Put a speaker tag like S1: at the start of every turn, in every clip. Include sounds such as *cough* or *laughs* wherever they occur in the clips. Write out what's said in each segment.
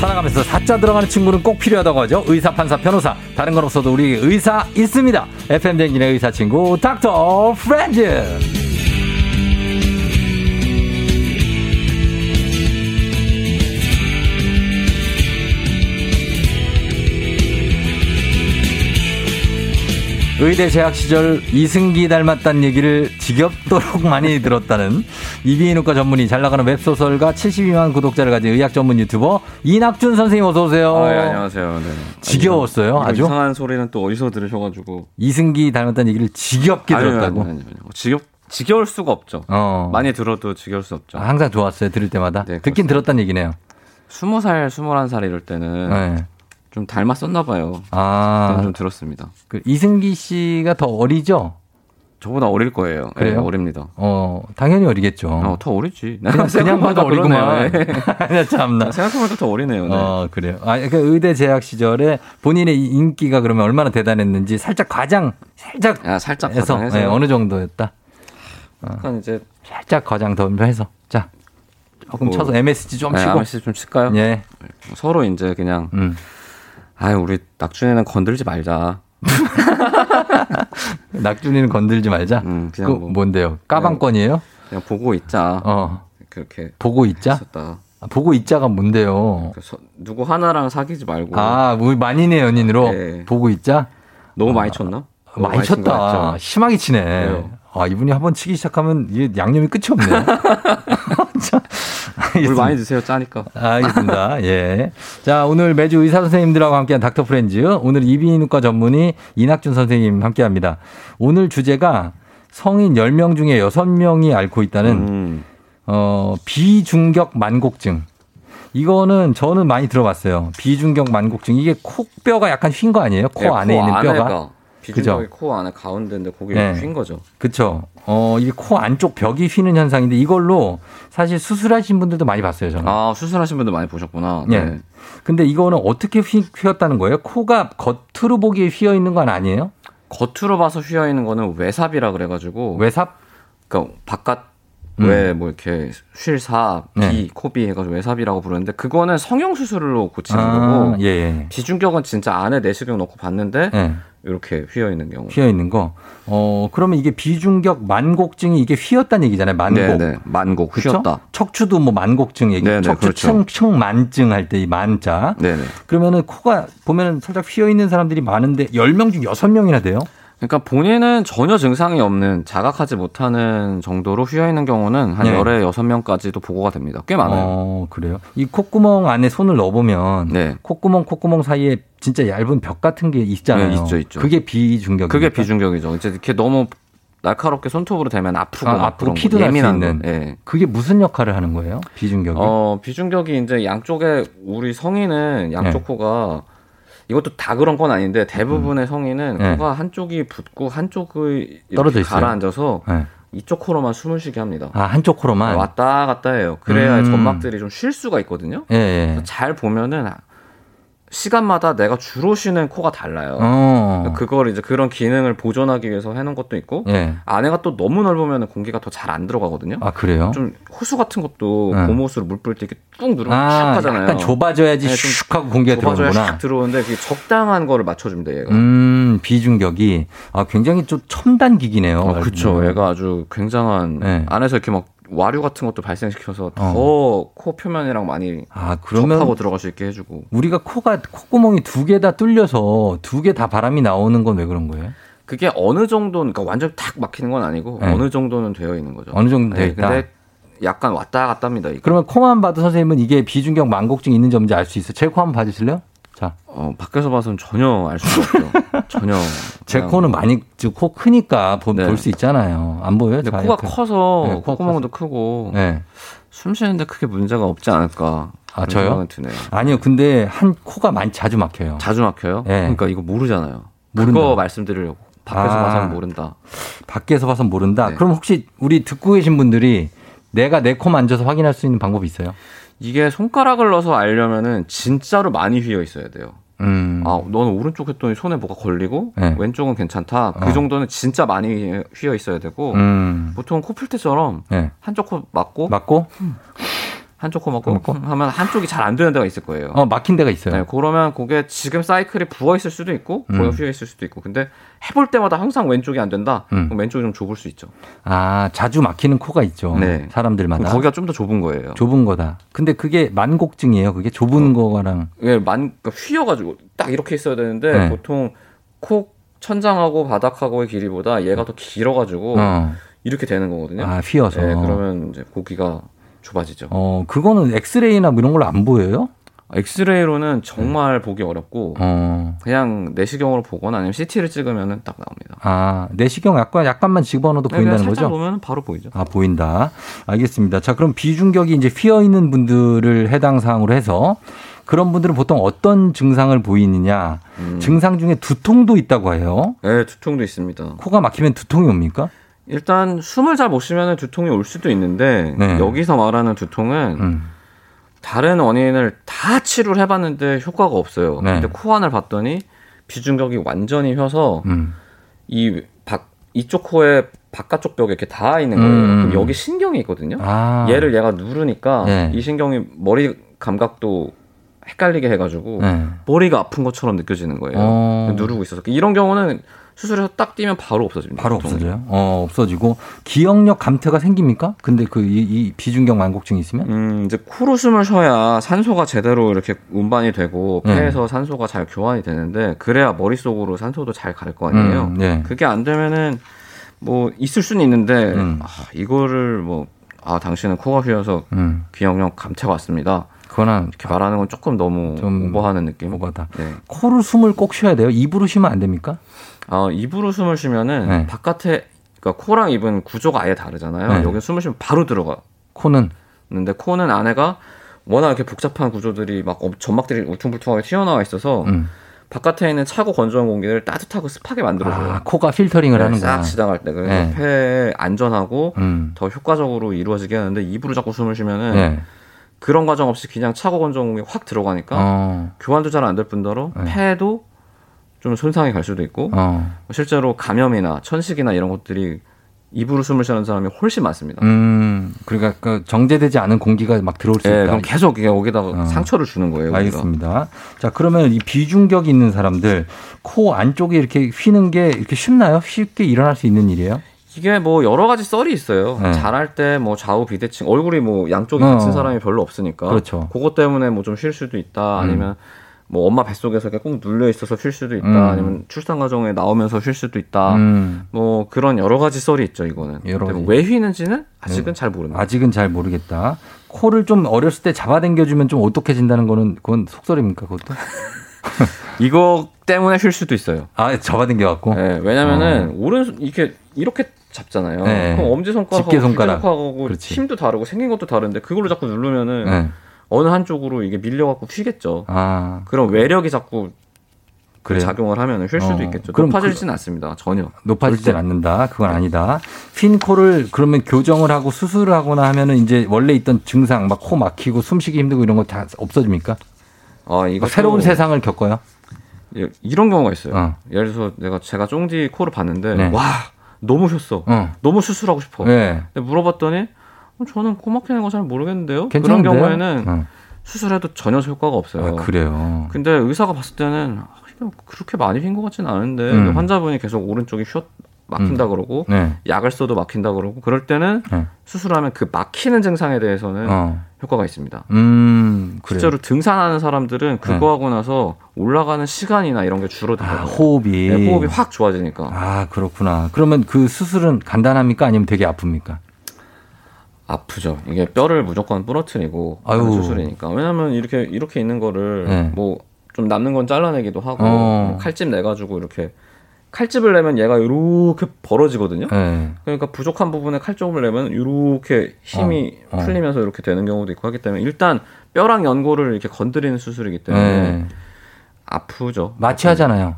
S1: 살아가면서 사자 들어가는 친구는 꼭 필요하다고 하죠. 의사, 판사, 변호사. 다른 건 없어도 우리 의사 있습니다. FM 댕진의 의사 친구 닥터 프렌즈. 의대 재학 시절 이승기 닮았다는 얘기를 지겹도록 *laughs* 많이 들었다는 이비인후과 전문의 잘 나가는 웹소설가 72만 구독자를 가진 의학 전문 유튜버 이낙준 선생님 어서 오세요.
S2: 아, 예, 안녕하세요. 네.
S1: 지겨웠어요,
S2: 이런
S1: 아주?
S2: 이상한 소리는 또 어디서 들으셔가지고.
S1: 이승기 닮았다는 얘기를 지겹게
S2: 아니요,
S1: 들었다고.
S2: 아니요, 아니요, 아니요. 지겹, 지겨울 수가 없죠.
S1: 어.
S2: 많이 들어도 지겨울 수 없죠.
S1: 아, 항상 좋았어요 들을 때마다.
S2: 네,
S1: 듣긴
S2: 그렇습니다.
S1: 들었다는 얘기네요.
S2: 스무 살, 스물한 살 이럴 때는
S1: 네.
S2: 좀 닮았었나 봐요. 저는
S1: 아,
S2: 좀 들었습니다.
S1: 그 이승기 씨가 더 어리죠?
S2: 저보다 어릴 거예요. 예,
S1: 그래요?
S2: 어립니다.
S1: 어, 당연히 어리겠죠.
S2: 어, 더 어리지. *laughs*
S1: 그냥, 그냥 봐도 어리구만.
S2: 그러네요.
S1: 아니야, *laughs* 참나.
S2: 예. *laughs* 생각해보니까 더 어리네요. 네.
S1: 어, 그래요. 아, 그러니까 의대 재학 시절에 본인의 이 인기가 그러면 얼마나 대단했는지 살짝 과장, 살짝
S2: 아, 살짝
S1: 해서
S2: 과장해서.
S1: 예, 어느 정도였다.
S2: 약간 이제
S1: 살짝 과장 덤벼해서 자 조금
S2: 뭐,
S1: 쳐서 MSG 좀
S2: 네,
S1: 치고
S2: 아저씨 좀 칠까요? 뭐
S1: 예,
S2: 서로 이제 그냥
S1: 음.
S2: 아 우리 낙준이는 건들지 말자.
S1: 낙준이는 건들지 말자.
S2: 음,
S1: 그
S2: 그냥 뭐.
S1: 뭔데요? 까방권이에요?
S2: 그냥 보고 있자.
S1: 어,
S2: 그렇게
S1: 보고 있자.
S2: 했었다.
S1: 아, 보고 있자가 뭔데요?
S2: 그 서- 누구 하나랑 사귀지 말고
S1: 아, 우리 만인의 연인으로
S2: 네.
S1: 보고 있자.
S2: 너무 많이 쳤나?
S1: 예.
S2: 너무
S1: 아. 어, 많이 쳤다.
S2: 친거
S1: *laughs*
S2: 같죠?
S1: 심하게 치네.
S2: 그래요.
S1: 아, 이분이 한번 치기 시작하면 이게 양념이 끝이 없네요. *laughs* 자,
S2: 물
S1: 알겠습니다.
S2: 많이 드세요 짜니까.
S1: 알겠습니다. 예. 자, 오늘 매주 의사 선생님들하고 함께한 닥터 프렌즈. 오늘 이비인후과 전문의 이낙준 선생님 함께 합니다. 오늘 주제가 성인 10명 중에 6명이 앓고 있다는
S2: 음.
S1: 어, 비중격 만곡증. 이거는 저는 많이 들어봤어요. 비중격 만곡증. 이게 코뼈가 약간 휜 거 아니에요? 네, 코
S2: 예,
S1: 안에 있는 뼈가.
S2: 안에가 비중적이 코 안에 가운데인데 거기
S1: 네.
S2: 휜 거죠.
S1: 그쵸. 어, 이게 코 안쪽 벽이 휘는 현상인데 이걸로 사실 수술하신 분들도 많이 봤어요, 저는.
S2: 아 수술하신 분들 많이 보셨구나.
S1: 예.
S2: 네.
S1: 근데 이거는 어떻게 휘, 휘었다는 거예요? 코가 겉으로 보기에 휘어 있는 건 아니에요?
S2: 겉으로 봐서 휘어 있는 거는 외삽이라 그래가지고
S1: 외삽?
S2: 그러니까 바깥
S1: 음.
S2: 외 뭐 이렇게 쉴삽, 비,
S1: 네.
S2: 코비 해가지고 외삽이라고 부르는데 그거는 성형 수술로 고치는
S1: 아,
S2: 거고
S1: 예, 예.
S2: 비중격은 진짜 안에 내시경 넣고 봤는데
S1: 예,
S2: 이렇게 휘어 있는 경우.
S1: 휘어 있는 거. 어, 그러면 이게 비중격 만곡증이 이게 휘었다는 얘기잖아요. 만곡.
S2: 네네 만곡
S1: 그쵸?
S2: 휘었다.
S1: 척추도 뭐 만곡증 얘기.
S2: 네네,
S1: 척추
S2: 그렇죠.
S1: 청, 청만증 할 때 이 만자.
S2: 네네.
S1: 그러면은 코가 보면은 살짝 휘어 있는 사람들이 많은데 10명 중 6명이나 돼요?
S2: 그러니까 본인은 전혀 증상이 없는 자각하지 못하는 정도로 휘어 있는 경우는 한
S1: 네.
S2: 열에 여섯 명까지도 보고가 됩니다. 꽤 많아요.
S1: 어, 그래요. 이 콧구멍 안에 손을 넣어보면
S2: 네.
S1: 콧구멍 콧구멍 사이에 진짜 얇은 벽 같은 게 있잖아요.
S2: 네, 있죠, 있죠.
S1: 그게 비중격.
S2: 그게 비중격이죠. 이제 이렇게 너무 날카롭게 손톱으로 대면 아프고
S1: 아,
S2: 막
S1: 앞으로
S2: 그런 거,
S1: 피도 날수
S2: 예민한
S1: 있는. 그러니까.
S2: 거. 예.
S1: 그게 무슨 역할을 하는 거예요? 비중격이.
S2: 어 비중격이 이제 양쪽에 우리 성인은 양쪽
S1: 네.
S2: 코가 이것도 다 그런 건 아닌데 대부분의 성인은
S1: 네.
S2: 코가 한쪽이 붓고 한쪽이 이렇게
S1: 떨어져 있어요.
S2: 가라앉아서
S1: 네.
S2: 이쪽 코로만 숨을 쉬게 합니다.
S1: 아 한쪽 코로만.
S2: 왔다 갔다 해요. 그래야
S1: 음.
S2: 점막들이 좀 쉴 수가 있거든요.
S1: 예. 예.
S2: 그러니까 잘 보면은 시간마다 내가 주로 쉬는 코가 달라요. 그러니까
S1: 어.
S2: 아, 그걸 이제 그런 기능을 보존하기 위해서 해놓은 것도 있고
S1: 예.
S2: 안에가 또 너무 넓으면 공기가 더 잘 안 들어가거든요.
S1: 아 그래요?
S2: 좀 호수 같은 것도
S1: 네.
S2: 고무호수로 물 뿌릴 때 이렇게 뚝 누르면
S1: 아
S2: 슉 하잖아요.
S1: 약간 좁아져야지
S2: 네, 좀
S1: 슉하고 공기가
S2: 좁아져야
S1: 들어오구나.
S2: 슉 들어오는데 그게 적당한 거를 맞춰줍니다 얘가.
S1: 음 비중격이 아 굉장히 좀 첨단 기기네요. 예.
S2: 어, 그쵸.
S1: 말하자면.
S2: 얘가 아주 굉장한
S1: 네.
S2: 안에서 이렇게 막 와류 같은 것도 발생시켜서 더 코 표면이랑 많이
S1: 아
S2: 접하고
S1: 어. 그러면
S2: 들어갈 수 있게 해주고
S1: 우리가 코가 콧구멍이 두 개 다 뚫려서 두 개 다 바람이 나오는 건 왜 그런 거예요?
S2: 그게 어느 정도 그러니까 완전 히탁 막히는 건 아니고
S1: 네.
S2: 어느 정도는 되어 있는 거죠.
S1: 어느 정도 돼
S2: 네,
S1: 있다.
S2: 근데 약간 왔다 갔다 합니다. 이거.
S1: 그렇죠. 그러면 코만 봐도 선생님은 이게 비중격 만곡증 있는지 없는지 알 수 있어요. 제 코 한번 봐주실래요? 자,
S2: 어, 밖에서 봐서는 전혀 알 수가 없죠. *laughs* 전혀.
S1: 제
S2: 그냥
S1: 코는 많이 즉, 코 크니까 볼
S2: 네.
S1: 수 있잖아요. 안 보여요?
S2: 근데
S1: 자,
S2: 코가
S1: 옆에. 네,
S2: 커서
S1: 코가
S2: 콧구멍도 크고
S1: 네.
S2: 숨 쉬는데 크게 문제가 없지 않을까.
S1: 아,
S2: 그런
S1: 저요?
S2: 생각은 드네요.
S1: 아니요, 근데 한 코가 많이 자주 막혀요.
S2: 자주 막혀요?
S1: 네.
S2: 그러니까 이거 모르잖아요.
S1: 모른다.
S2: 그거 말씀드리려고. 밖에서
S1: 아.
S2: 봐서는 모른다.
S1: 밖에서 봐선 모른다.
S2: 네.
S1: 그럼 혹시 우리 듣고 계신 분들이 내가 내 코 만져서 확인할 수 있는 방법이 있어요?
S2: 이게 손가락을 넣어서 알려면은 진짜로 많이 휘어 있어야 돼요.
S1: 음.
S2: 아, 너는 오른쪽 했더니 손에 뭐가 걸리고
S1: 네.
S2: 왼쪽은 괜찮다. 그
S1: 어.
S2: 정도는 진짜 많이 휘어 있어야 되고
S1: 음.
S2: 보통 코풀 때처럼
S1: 네.
S2: 한쪽 코 맞고
S1: 맞고
S2: 한쪽 코 먹고, 하면 한쪽이 잘 안 되는 데가 있을 거예요.
S1: 어, 막힌 데가 있어요.
S2: 네, 그러면 그게 지금 사이클이 부어 있을 수도 있고
S1: 음.
S2: 고여 휘어 있을 수도 있고 근데 해볼 때마다 항상 왼쪽이 안 된다.
S1: 음.
S2: 그럼 왼쪽이 좀 좁을 수 있죠.
S1: 아, 자주 막히는 코가 있죠.
S2: 네.
S1: 사람들마다.
S2: 거기가 좀 더 좁은 거예요.
S1: 좁은 거다. 근데 그게 만곡증이에요. 그게 좁은 거랑.
S2: 예, 만 그러니까 휘어가지고 딱 이렇게 있어야 되는데
S1: 네.
S2: 보통 코 천장하고 바닥하고의 길이보다 얘가 더 길어가지고
S1: 어.
S2: 이렇게 되는 거거든요.
S1: 아, 휘어서.
S2: 예, 그러면 이제 고기가 좁아지죠.
S1: 어, 그거는 엑스레이나 뭐 이런 걸로 안 보여요?
S2: 아, 엑스레이로는 정말 보기 어렵고
S1: 어.
S2: 그냥 내시경으로 보거나 아니면 CT를 찍으면은 딱 나옵니다.
S1: 아, 내시경 약간 약간만 집어넣어도
S2: 그냥
S1: 보인다는
S2: 네, 살짝
S1: 거죠?
S2: 보면 바로 보이죠.
S1: 아, 보인다. 알겠습니다. 자, 그럼 비중격이 이제 휘어 있는 분들을 해당 사항으로 해서 그런 분들은 보통 어떤 증상을 보이느냐.
S2: 음.
S1: 증상 중에 두통도 있다고 해요.
S2: 예, 두통도 있습니다.
S1: 코가 막히면 두통이 옵니까?
S2: 일단 숨을 잘 못 쉬면 두통이 올 수도 있는데
S1: 네.
S2: 여기서 말하는 두통은
S1: 음.
S2: 다른 원인을 다 치료를 해봤는데 효과가 없어요.
S1: 네.
S2: 근데 코 안을 봤더니 비중격이 완전히 휘어서
S1: 음.
S2: 이 밖, 이쪽 코에 바깥쪽 벽에 이렇게 닿아 있는 거예요.
S1: 음.
S2: 그럼 여기 신경이 있거든요.
S1: 아.
S2: 얘를 얘가 누르니까
S1: 네.
S2: 이 신경이 머리 감각도 헷갈리게 해가지고
S1: 네.
S2: 머리가 아픈 것처럼 느껴지는 거예요.
S1: 어.
S2: 네. 누르고 있어서 이런 경우는 수술해서 딱 뛰면 바로 없어집니다.
S1: 바로
S2: 보통은.
S1: 없어져요. 어, 없어지고 기억력 감퇴가 생깁니까? 근데 그 이 비중격 만곡증이 있으면
S2: 음, 이제 코로 숨을 쉬어야 산소가 제대로 이렇게 운반이 되고
S1: 네.
S2: 폐에서 산소가 잘 교환이 되는데 그래야 머릿속으로 산소도 잘 갈 거 아니에요.
S1: 음, 네.
S2: 그게 안 되면은 뭐 있을 수는 있는데
S1: 음.
S2: 아, 이거를 뭐 아, 당신은 코가 휘어서
S1: 음.
S2: 기억력 감퇴가 왔습니다.
S1: 그거는
S2: 이렇게 말하는 건 조금 너무
S1: 아. 좀
S2: 오버하는 느낌.
S1: 뭐가다.
S2: 네.
S1: 코로 숨을 꼭 쉬어야 돼요. 입으로 쉬면 안 됩니까?
S2: 아, 입으로 숨을 쉬면은
S1: 네.
S2: 바깥에 그러니까 코랑 입은 구조가 아예 다르잖아요.
S1: 네.
S2: 여기 숨을 쉬면 바로 들어가.
S1: 코는
S2: 근데 코는 안에가 워낙 이렇게 복잡한 구조들이 막 엄- 점막들이 울퉁불퉁하게 튀어나와 있어서
S1: 음.
S2: 바깥에 있는 차고 건조한 공기를 따뜻하고 습하게 만들어줘요.
S1: 아, 코가 필터링을
S2: 그렇죠. 네,
S1: 하는구나.
S2: 싹 지나갈 때 그래서
S1: 네.
S2: 폐에 안전하고
S1: 음.
S2: 더 효과적으로 이루어지게 하는데 입으로 자꾸 숨을 쉬면은
S1: 네.
S2: 그런 과정 없이 그냥 차고 건조한 공기 확 들어가니까
S1: 어.
S2: 교환도 잘 안 될 뿐더러
S1: 네.
S2: 폐도 좀 손상이 갈 수도 있고
S1: 어.
S2: 실제로 감염이나 천식이나 이런 것들이 입으로 숨을 쉬는 사람이 훨씬 많습니다.
S1: 음. 그러니까 그 정제되지 않은 공기가 막 들어올 수
S2: 예,
S1: 있다.
S2: 그럼 계속 이게 여기다가
S1: 어.
S2: 상처를 주는 거예요. 우리가.
S1: 알겠습니다. 자, 그러면 이 비중격이 있는 사람들 코 안쪽에 이렇게 휘는 게 이렇게 쉽나요? 쉽게 일어날 수 있는 일이에요?
S2: 이게 뭐 여러 가지 썰이 있어요.
S1: 네.
S2: 잘할 때 뭐 좌우 비대칭 얼굴이 뭐 양쪽이
S1: 어.
S2: 같은 사람이 별로 없으니까
S1: 그렇죠. 음.
S2: 그것 때문에 뭐 좀 쉴 수도 있다. 아니면 뭐 엄마 뱃속에서 이렇게 꼭 눌려 있어서 쉴 수도 있다.
S1: 음.
S2: 아니면 출산 과정에 나오면서 쉴 수도 있다.
S1: 음.
S2: 뭐 그런 여러 가지 썰이 있죠, 이거는.
S1: 여러
S2: 근데
S1: 가지. 음.
S2: 왜 휘는지는 아직은 잘 모릅니다.
S1: 아직은 잘 모르겠다. 코를 좀 어렸을 때 잡아당겨주면 좀 어떡해진다는 거는 그건 속설입니까 그것도?
S2: 이거 때문에 쉴 수도 있어요.
S1: 아 잡아당겨갖고.
S2: 예, 왜냐면은 오른손 이렇게 이렇게 잡잖아요.
S1: 어. 네.
S2: 그럼 엄지 손가락하고
S1: 집게 손가락.
S2: 하고
S1: 그렇지.
S2: 힘도 다르고 생긴 것도 다른데 그걸로 자꾸 누르면은
S1: 네.
S2: 어느 한쪽으로 이게 밀려갖고 휘겠죠.
S1: 아
S2: 그런 외력이 자꾸
S1: 그래요.
S2: 작용을 하면 쉴 수도
S1: 어,
S2: 있겠죠.
S1: 그럼
S2: 높아지진 않습니다. 전혀. 그렇죠.
S1: 높아지지 않는다. 그건 아니다. 휜 코를 그러면 교정을 하고 수술을 하거나 하면은 이제 원래 있던 증상 막 코 막히고 숨쉬기 힘들고 이런 거 다 없어집니까?
S2: 아, 이거 예,
S1: 막뭐 새로운 세상을 겪어요.
S2: 이런 경우가 있어요.
S1: 어.
S2: 예를 들어서 내가 제가 쫑지 코를 봤는데
S1: 네.
S2: 와 너무 휘었어.
S1: 어.
S2: 너무 수술하고 싶어.
S1: 네.
S2: 근데 물어봤더니 어, 저는 코 막히는 거 잘 모르겠는데요. 그런
S1: 괜찮은데요?
S2: 경우에는
S1: 어.
S2: 수술해도 전혀 효과가 없어요.
S1: 아, 그래요.
S2: 근데 의사가 봤을 때는 아, 이거 그렇게 많이 휜 것 같진 않은데
S1: 음.
S2: 환자분이 계속 오른쪽이 휘었 막힌다 그러고
S1: 네.
S2: 약을 써도 막힌다 그러고 그럴 때는
S1: 네.
S2: 수술하면 그 막히는 증상에 대해서는
S1: 어.
S2: 효과가 있습니다.
S1: 음. 그래요. 네.
S2: 실제로 등산하는 사람들은 그거 하고 나서 올라가는 시간이나 이런 게 줄어들어요.
S1: 아, 호흡이.
S2: 네, 호흡이 확 좋아지니까
S1: 아 그렇구나. 그러면 그 수술은 간단합니까? 아니면 되게 아픕니까?
S2: 아프죠. 이게 뼈를 무조건 부러뜨리고
S1: 아유.
S2: 하는 수술이니까. 왜냐면 이렇게 이렇게 있는 거를
S1: 네.
S2: 뭐 좀 남는 건 잘라내기도 하고 뭐
S1: 어.
S2: 칼집 내 가지고 이렇게 칼집을 내면 얘가 이렇게 벌어지거든요.
S1: 네.
S2: 그러니까 부족한 부분에 칼집을 내면 이렇게 힘이
S1: 어, 어.
S2: 풀리면서 이렇게 되는 경우도 있고 하기 때문에 일단 뼈랑 연골을 이렇게 건드리는 수술이기 때문에
S1: 네.
S2: 아프죠.
S1: 마취하잖아요.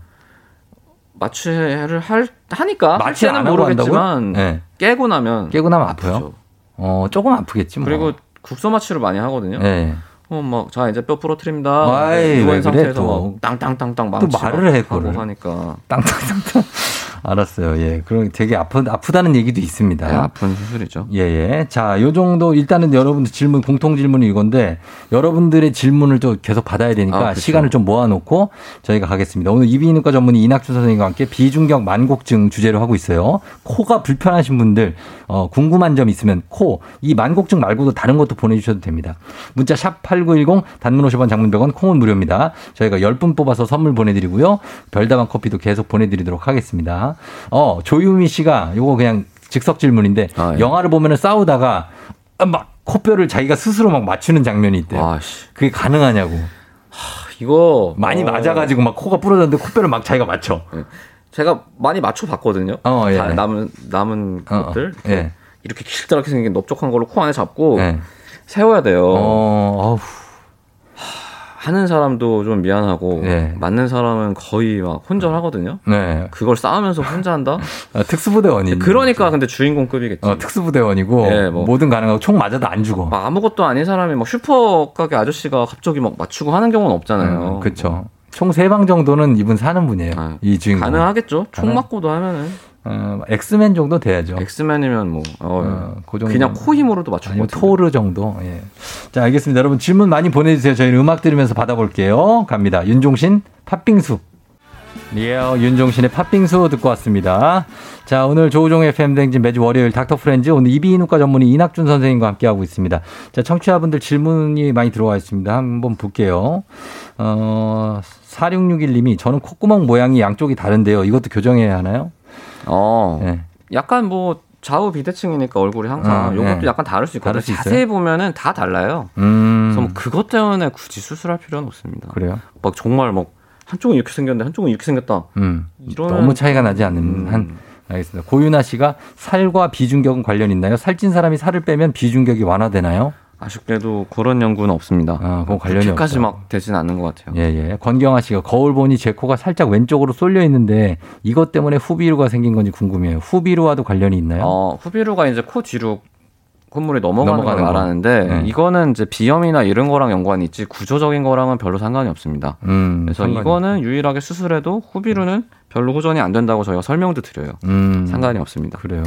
S2: 마취를 할 하니까 할 때는
S1: 하고
S2: 모르겠지만
S1: 네.
S2: 깨고 나면
S1: 깨고 나면
S2: 아프죠.
S1: 아파요. 어 조금 아프겠지 뭐.
S2: 그리고 국소 마취를 많이 하거든요.
S1: 네.
S2: 어막자 이제 뼈 부러뜨립니다. 네,
S1: 아이,
S2: 누워
S1: 왜
S2: 있는
S1: 그래,
S2: 상태에서
S1: 또.
S2: 막 땅땅땅땅
S1: 또
S2: 망치
S1: 말을 해,
S2: 하고
S1: 그거를.
S2: 하니까
S1: 땅땅땅땅. *laughs* 알았어요. 예. 그럼 되게 아프, 아프다는 얘기도 있습니다.
S2: 네, 아픈 수술이죠.
S1: 예, 예. 자, 요 정도 일단은 여러분들 질문, 공통 질문이 이건데 여러분들의 질문을 좀 계속 받아야 되니까
S2: 아, 그렇죠.
S1: 시간을 좀 모아놓고 저희가 가겠습니다. 오늘 이비인후과 전문의 이낙준 선생님과 함께 비중격 만곡증 주제로 하고 있어요. 코가 불편하신 분들, 어, 궁금한 점 있으면 코, 이 만곡증 말고도 다른 것도 보내주셔도 됩니다. 문자 샵8910 단문 50원 장문 100원 콩은 무료입니다. 저희가 10분 뽑아서 선물 보내드리고요. 별다방 커피도 계속 보내드리도록 하겠습니다. 어, 조유미 씨가 요거 그냥 즉석 질문인데
S2: 아, 예.
S1: 영화를 보면은 싸우다가 막 코뼈를 자기가 스스로 막 맞추는 장면이 있대요.
S2: 아, 와씨
S1: 그게 가능하냐고.
S2: 이거
S1: 많이
S2: 어, 네.
S1: 맞아가지고 막 코가 부러졌는데 코뼈를 막 자기가 맞춰.
S2: 제가 많이 맞춰 봤거든요.
S1: 어, 예.
S2: 다 남은 남은
S1: 어, 어.
S2: 것들
S1: 예.
S2: 이렇게 길다랗게 생긴 넓적한 걸로 코 안에 잡고
S1: 예.
S2: 세워야 돼요.
S1: 어, 어우,
S2: 하는 사람도 좀 미안하고
S1: 예.
S2: 맞는 사람은 거의 막 혼전하거든요.
S1: 네.
S2: 그걸 싸우면서 혼자
S1: *laughs*
S2: 한다?
S1: 아, 특수부대원이.
S2: 그러니까 근데 주인공급이겠지.
S1: 어, 특수부대원이고
S2: 예, 뭐.
S1: 뭐든 가능하고 총 맞아도 안 죽어.
S2: 막 아무것도 아닌 사람이 막 슈퍼 가게 아저씨가 갑자기 막 맞추고 하는 경우는 없잖아요.
S1: 음, 그쵸. 총 세 방 정도는 이분 사는 분이에요.
S2: 아,
S1: 이 주인공.
S2: 가능하겠죠. 총
S1: 가능-
S2: 맞고도 하면은
S1: 어, 엑스맨 정도 돼야죠.
S2: 엑스맨이면 뭐 어,
S1: 어, 그 정도.
S2: 그냥 코 힘으로도 맞출 것
S1: 아니면
S2: 같아요.
S1: 뭐 토르 정도. 예. 자, 알겠습니다. 여러분 질문 많이 보내주세요. 저희는 음악 들으면서 받아볼게요. 갑니다. 윤종신 팥빙수. 예, 윤종신의 팥빙수 듣고 왔습니다. 자, 오늘 조우종 FM 댕진 매주 월요일 닥터 프렌즈 오늘 이비인후과 전문의 이낙준 선생님과 함께하고 있습니다. 자, 청취자분들 질문이 많이 들어와 있습니다. 한번 볼게요. 어, 4661님이 저는 콧구멍 모양이 양쪽이 다른데요. 이것도 교정해야 하나요?
S2: 어,
S1: 예.
S2: 약간 뭐 좌우 비대칭이니까 얼굴이 항상
S1: 아,
S2: 요것도
S1: 네.
S2: 약간 다를 수 있거든요.
S1: 다를 수 있어요?
S2: 자세히 보면은 다 달라요.
S1: 음.
S2: 그래서 뭐 그것 때문에 굳이 수술할 필요는 없습니다.
S1: 그래요?
S2: 막 정말 막 한쪽은 이렇게 생겼는데 한쪽은 이렇게 생겼다.
S1: 음.
S2: 이런
S1: 너무 차이가 나지 않는
S2: 음.
S1: 한 알겠습니다. 고윤아 씨가 살과 비중격은 관련 있나요? 살찐 사람이 살을 빼면 비중격이 완화되나요?
S2: 아쉽게도 그런 연구는 없습니다.
S1: 아, 그건 관련이
S2: 그렇게까지
S1: 없어요.
S2: 막 되진 않는 것 같아요.
S1: 예, 예. 권경아 씨가 거울 보니 제 코가 살짝 왼쪽으로 쏠려 있는데 이것 때문에 후비루가 생긴 건지 궁금해요. 후비루와도 관련이 있나요?
S2: 어, 후비루가 이제 코 뒤로 콧물이 넘어가는,
S1: 넘어가는 거.
S2: 걸 말하는데
S1: 네.
S2: 이거는 이제 비염이나 이런 거랑 연관이 있지 구조적인 거랑은 별로 상관이 없습니다.
S1: 음,
S2: 아, 그래서
S1: 상관이-
S2: 이거는 유일하게 수술해도 후비루는 별로 호전이 안 된다고 저희가 설명도 드려요.
S1: 음,
S2: 상관이 없습니다.
S1: 그래요.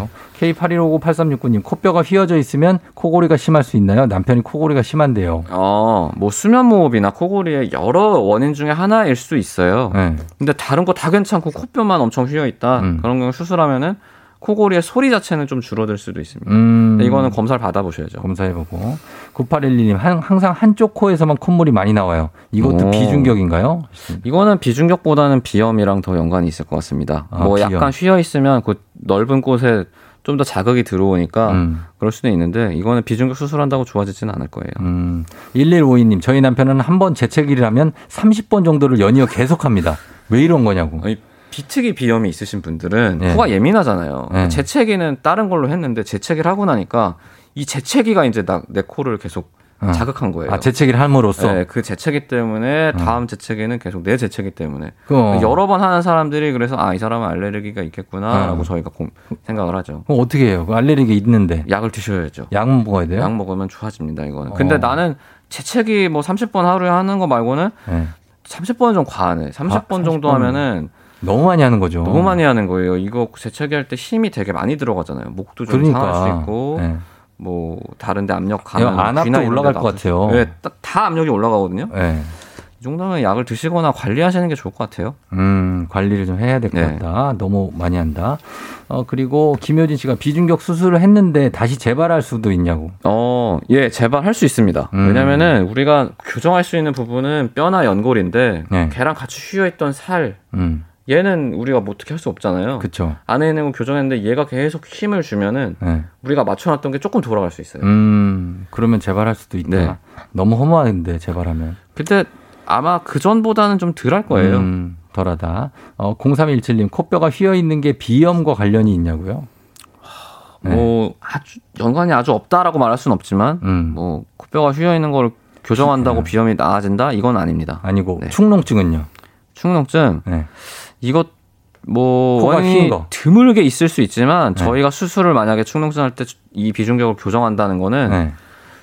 S1: K81598369님 콧뼈가 휘어져 있으면 코골이가 심할 수 있나요? 남편이 코골이가 심한데요.
S2: 어, 뭐 수면 무호흡이나 코골이의 여러 원인 중에 하나일 수 있어요.
S1: 예.
S2: 근데 다른 거 다 괜찮고 코뼈만 엄청 휘어 있다.
S1: 음.
S2: 그런 경우 수술하면은 코골이의 소리 자체는 좀 줄어들 수도 있습니다.
S1: 음.
S2: 근데 이거는 검사를 받아보셔야죠.
S1: 검사해보고. 9812님, 항상 한쪽 코에서만 콧물이 많이 나와요. 이것도
S2: 오.
S1: 비중격인가요?
S2: 이거는 비중격보다는 비염이랑 더 연관이 있을 것 같습니다.
S1: 아,
S2: 뭐
S1: 비염.
S2: 약간 휘어 있으면 그 넓은 곳에 좀 더 자극이 들어오니까
S1: 음.
S2: 그럴 수도 있는데 이거는 비중격 수술한다고 좋아지지는 않을 거예요.
S1: 음. 1152님, 저희 남편은 한 번 재채기라면 30번 정도를 연이어 계속합니다. 왜 이런 거냐고.
S2: 아니, 비특이 비염이 있으신 분들은
S1: 예.
S2: 코가 예민하잖아요. 그러니까
S1: 예.
S2: 재채기는 다른 걸로 했는데 재채기를 하고 나니까 이 재채기가 이제 나, 내 코를 계속
S1: 어.
S2: 자극한 거예요.
S1: 아, 재채기를 함으로써.
S2: 예, 그 재채기 때문에 다음 재채기는 계속 내 재채기 때문에
S1: 그, 어.
S2: 여러 번 하는 사람들이 그래서 아 이 사람은 알레르기가 있겠구나라고
S1: 어.
S2: 저희가 곰- 생각을 하죠.
S1: 그럼 어떻게 해요? 그 알레르기 있는데.
S2: 약을 드셔야죠.
S1: 약 먹어야 돼요?
S2: 약 먹으면 좋아집니다. 이거는. 네? 근데
S1: 어.
S2: 나는 재채기 뭐 30번 하루에 하는 거 말고는
S1: 예.
S2: 30번은 좀 과하네. 아, 30번 어.
S1: 30번 은
S2: 정도 하면은
S1: 너무 많이 하는 거죠.
S2: 너무 많이 하는 거예요. 이거 재채기 할 때 힘이 되게 많이 들어가잖아요. 목도 좀 상할
S1: 그러니까.
S2: 수 있고
S1: 예.
S2: 뭐 다른데 압력
S1: 야,
S2: 가면
S1: 안압도
S2: 귀나 이런 데
S1: 올라갈
S2: 나가서-
S1: 것 같아요.
S2: 네, 다, 다 압력이 올라가거든요.
S1: 예.
S2: 이 정도면 약을 드시거나 관리하시는 게 좋을 것 같아요.
S1: 음, 관리를 좀 해야 될 것
S2: 네.
S1: 같다. 너무 많이 한다. 어, 그리고 김효진 씨가 비중격 수술을 했는데 다시 재발할 수도 있냐고.
S2: 어, 예, 제발 할 수 있습니다.
S1: 음.
S2: 왜냐면은 우리가 교정할 수 있는 부분은 뼈나 연골인데
S1: 네.
S2: 걔랑 같이 휘어 있던 살
S1: 음,
S2: 얘는 우리가 뭐 어떻게 할 수 없잖아요.
S1: 그쵸.
S2: 안에 있는 건 교정했는데 얘가 계속 힘을 주면은
S1: 예.
S2: 우리가 맞춰놨던 게 조금 돌아갈 수 있어요.
S1: 음, 그러면 재발할 수도 있다.
S2: 네.
S1: 너무 허무한데, 재발하면.
S2: 근데 아마 그 전보다는 좀 덜 할 거예요.
S1: 음, 덜하다. 어, 0317님, 코뼈가 휘어 있는 게 비염과 관련이 있냐고요? 네.
S2: 뭐 아주 연관이 아주 없다라고 말할 수는 없지만
S1: 음.
S2: 뭐 코뼈가 휘어 있는 걸 교정한다고 비염이 나아진다 이건 아닙니다.
S1: 아니고,
S2: 네.
S1: 충농증은요?
S2: 충농증
S1: 네.
S2: 이것 뭐
S1: 코가 휘인
S2: 원인이
S1: 거.
S2: 드물게 있을 수 있지만
S1: 네.
S2: 저희가 수술을 만약에 충농증 할 때 이 비중격을 교정한다는 거는
S1: 네.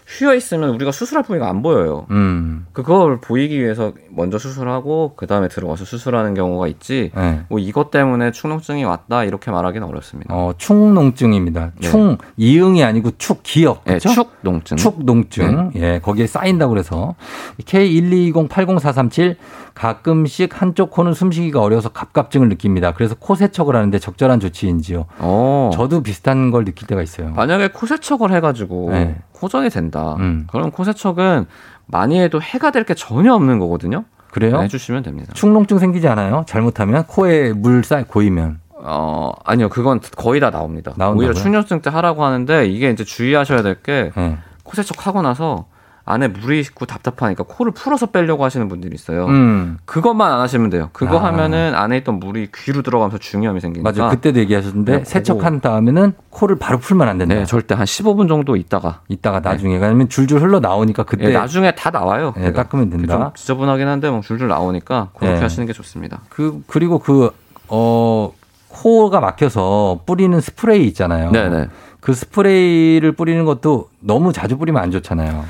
S2: 휘어 있으면 우리가 수술할 부위가 안 보여요.
S1: 음.
S2: 그걸 보이기 위해서 먼저 수술하고 그 다음에 들어가서 수술하는 경우가 있지.
S1: 네.
S2: 뭐 이것 때문에 축농증이 왔다 이렇게 말하기는 어렵습니다.
S1: 어, 충농증입니다.
S2: 네.
S1: 충 이응이 아니고 축기역.
S2: 예,
S1: 그렇죠?
S2: 축농증.
S1: 축농증. 예, 거기에 쌓인다고 그래서 K122080437 가끔씩 한쪽 코는 숨쉬기가 어려워서 갑갑증을 느낍니다. 그래서 코 세척을 하는데 적절한 조치인지요.
S2: 어.
S1: 저도 비슷한 걸 느낄 때가 있어요.
S2: 만약에 코세척을 해가지고
S1: 네.
S2: 고정이 된다.
S1: 음.
S2: 그럼 코세척은 많이 해도 해가 될 게 전혀 없는 거거든요. 네,
S1: 그래요?
S2: 해주시면 됩니다.
S1: 충농증 생기지 않아요? 잘못하면 코에 물 쌓, 고이면.
S2: 어 아니요 그건 거의 다 나옵니다.
S1: 나온다고요?
S2: 오히려 충혈증 때 하라고 하는데 이게 이제 주의하셔야 될 게
S1: 예.
S2: 코세척 하고 나서 안에 물이 있고 답답하니까 코를 풀어서 빼려고 하시는 분들이 있어요.
S1: 음,
S2: 그것만 안 하시면 돼요. 그거
S1: 아.
S2: 하면은 안에 있던 물이 귀로 들어가면서 중요함이 생기니까.
S1: 맞아요. 그때도 얘기하셨는데
S2: 그러니까 그냥
S1: 세척한 다음에는 코를 바로 풀면 안 된다.
S2: 네, 절대 한 15분 정도 있다가
S1: 이따가 나중에 아니면 줄줄 흘러 나오니까 그때
S2: 예, 나중에 다 나와요.
S1: 예,
S2: 그러니까.
S1: 닦으면 된다.
S2: 좀 지저분하긴 한데 뭐 줄줄 나오니까 그렇게
S1: 네.
S2: 하시는 게 좋습니다.
S1: 그 그리고 그 어 코가 막혀서 뿌리는 스프레이 있잖아요.
S2: 네네.
S1: 그 스프레이를 뿌리는 것도 너무 자주 뿌리면 안 좋잖아요.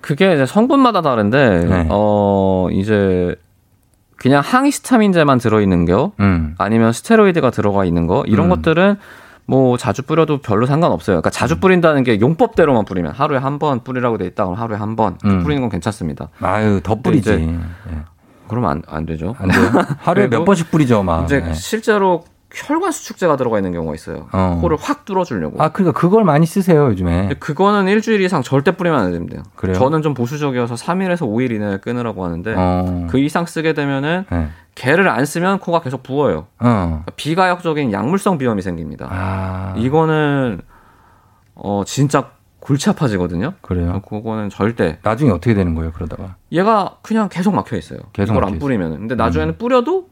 S2: 그게 이제 성분마다 다른데
S1: 네.
S2: 어 이제 그냥 항히스타민제만 들어있는 거
S1: 음.
S2: 아니면 스테로이드가 들어가 있는 거 이런
S1: 음.
S2: 것들은 뭐 자주 뿌려도 별로 상관없어요. 그러니까 자주 뿌린다는 게 용법대로만 뿌리면 하루에 한 번 뿌리라고 돼 있다 그럼 하루에 한 번
S1: 음.
S2: 뿌리는 건 괜찮습니다.
S1: 아유 더 뿌리지.
S2: 이제-
S1: 예.
S2: 그러면 안, 안 되죠.
S1: 안 돼요.
S2: *laughs*
S1: 하루에
S2: 그리고
S1: 몇 번씩 뿌리죠, 막.
S2: 이제
S1: 예.
S2: 실제로 혈관 수축제가 들어가 있는 경우가 있어요.
S1: 어.
S2: 코를 확 뚫어주려고.
S1: 아 그러니까 그걸 많이 쓰세요 요즘에.
S2: 근데 그거는 일주일 이상 절대 뿌리면 안 됩니다.
S1: 그래요?
S2: 저는 좀 보수적이어서 3일에서 5일 이내에 끊으라고 하는데
S1: 어.
S2: 그 이상 쓰게 되면은
S1: 예.
S2: 개를 안 쓰면 코가 계속 부어요.
S1: 어.
S2: 그러니까 비가역적인 약물성 비염이 생깁니다.
S1: 아
S2: 이거는 어 진짜 골치 아파지거든요. 그러니까
S1: 그래요.
S2: 그거는 절대
S1: 나중에 어떻게 되는 거예요 그러다가
S2: 얘가 그냥 계속 막혀 있어요.
S1: 계속
S2: 이걸
S1: 막혀
S2: 안
S1: 있어요. 음.
S2: 뿌리면 근데 나중에는 뿌려도 별로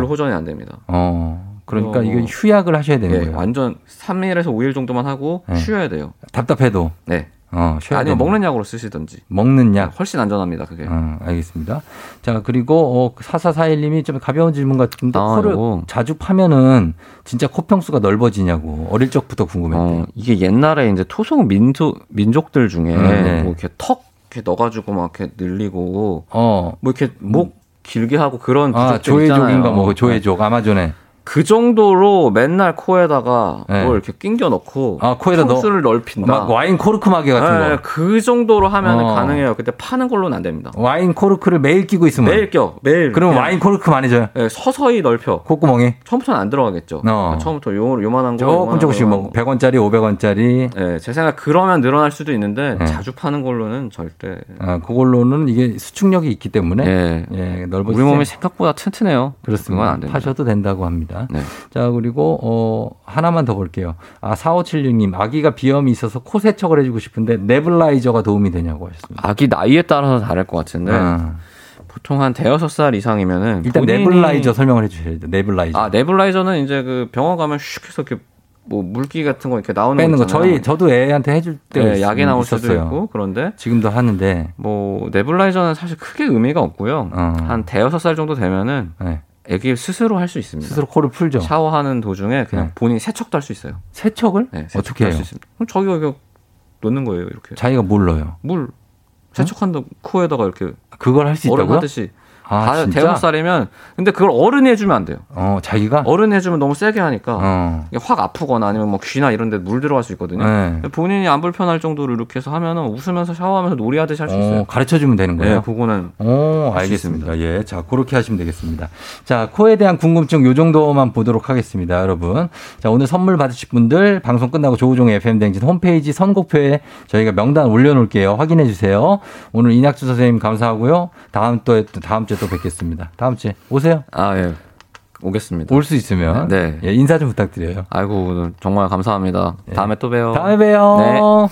S1: 막혀.
S2: 호전이 안 됩니다.
S1: 어. 그러니까
S2: 어.
S1: 이거 휴약을 하셔야 되는
S2: 예,
S1: 거예요.
S2: 완전 3일에서 5일 정도만 하고
S1: 네.
S2: 쉬어야 돼요.
S1: 답답해도
S2: 네.
S1: 어 쉬어야 되는
S2: 아니면
S1: 거예요.
S2: 먹는 약으로 쓰시든지
S1: 먹는 약.
S2: 훨씬 안전합니다. 그게.
S1: 음, 알겠습니다. 자, 그리고 어, 4441님이 좀 가벼운 질문 같은데
S2: 아,
S1: 코를
S2: 이거.
S1: 자주 파면은 진짜 코평수가 넓어지냐고 어릴 적부터 궁금했대.
S2: 어, 이게 옛날에 이제 토속 민족 민족들 중에
S1: 음, 네.
S2: 뭐 이렇게 턱 이렇게 넣어가지고 막 이렇게 늘리고
S1: 어.
S2: 뭐 이렇게 목 길게 하고 그런
S1: 아,
S2: 부족들
S1: 조회족인가
S2: 있잖아요. 네. 어,
S1: 뭐 조회족 아마존에.
S2: 그 정도로 맨날 코에다가
S1: 네.
S2: 뭘 이렇게 낑겨 넣고
S1: 아, 코에다 넣어.
S2: 수를 넓힌다.
S1: 막 와인 코르크 마개 같은
S2: 네,
S1: 거.
S2: 그 정도로 하면 은
S1: 어.
S2: 가능해요. 근데 파는 걸로는 안 됩니다.
S1: 와인 코르크를 매일 끼고 있으면
S2: 매일 껴, 매일.
S1: 그럼
S2: 어, 그냥,
S1: 와인 코르크만 해줘요.
S2: 네, 서서히 넓혀.
S1: 콧구멍에
S2: 처음부터는 안 들어가겠죠. 그러니까 처음부터 요 요만한 거.
S1: 조금
S2: 요만한
S1: 조금씩
S2: 거,
S1: 뭐 100원짜리, 500원짜리
S2: 네, 제 생각 그러면 늘어날 수도 있는데
S1: 네.
S2: 자주 파는 걸로는 절대.
S1: 아, 그걸로는 이게 수축력이 있기 때문에
S2: 네.
S1: 예,
S2: 우리
S1: 넓어지지
S2: 몸이 생각보다 튼튼해요. 그건
S1: 그렇습니다.
S2: 안 됩니다.
S1: 파셔도 된다고 합니다.
S2: 네.
S1: 자, 그리고 어 하나만 더 볼게요. 아, 4576님. 아기가 비염이 있어서 코 세척을 해 주고 싶은데 네블라이저가 도움이 되냐고 하셨습니다.
S2: 아기 나이에 따라서 다를 것 같은데
S1: 아,
S2: 보통 한 대여섯 살 이상이면은
S1: 일단
S2: 네. 본인이-
S1: 네블라이저 설명을 해 주셔야 돼요. 네블라이저.
S2: 아 네블라이저는 이제 그 병원 가면 슉 해서 이렇게 뭐 물기 같은 거 이렇게 나오는
S1: 빼는 거
S2: 있잖아요.
S1: 저희 저도 애한테 해줄 때
S2: 네, 약에 나올 수도 있고 그런데
S1: 지금도 하는데.
S2: 뭐 네블라이저는 사실 크게 의미가 없고요.
S1: 어.
S2: 한 네. 대여섯 살 정도 되면은
S1: 네,
S2: 애기 스스로 할 수 있습니다.
S1: 스스로 코를 풀죠.
S2: 샤워하는 도중에 그냥
S1: 네.
S2: 본인 세척도 할 수 있어요.
S1: 세척을
S2: 네, 세척도
S1: 어떻게
S2: 할
S1: 해요?
S2: 수 있습니다. 그럼 저기가 이거 넣는 거예요, 이렇게
S1: 자기가 몰라요.
S2: 물 세척한다 코에다가 이렇게
S1: 그걸 할 수
S2: 얼음
S1: 있다고요?
S2: 하듯이
S1: 아,
S2: 다
S1: 진짜?
S2: 대여섯 살이면 근데 그걸 어른이 해주면 안 돼요.
S1: 어, 자기가
S2: 어른이 해주면 너무 세게 하니까
S1: 어.
S2: 이게 확 아프거나 아니면 뭐 귀나 이런 데 물 들어갈 수 있거든요.
S1: 네.
S2: 본인이 안 불편할 정도로 이렇게 해서 하면은 웃으면서 샤워하면서 놀이하듯이 할 수 있어요.
S1: 어, 가르쳐 주면 되는 거예요.
S2: 네, 그거는
S1: 오,
S2: 할수
S1: 알겠습니다. 예. 자, 그렇게 하시면 되겠습니다. 자, 코에 대한 궁금증 요 정도만 보도록 하겠습니다, 여러분. 자, 오늘 선물 받으실 분들 방송 끝나고 조우종의 FM댕진 홈페이지 선곡표에 저희가 명단 올려놓을게요. 확인해 주세요. 오늘 이낙준 선생님 감사하고요. 다음 또, 다음 주에 또 뵙겠습니다. 다음 주에 오세요.
S2: 아 예. 오겠습니다.
S1: 올 수 있으면.
S2: 네.
S1: 예, 인사 좀 부탁드려요. 예. 어.
S2: 아이고 오늘 정말 감사합니다. 다음에 또 봬요.
S1: 다음에 봬요.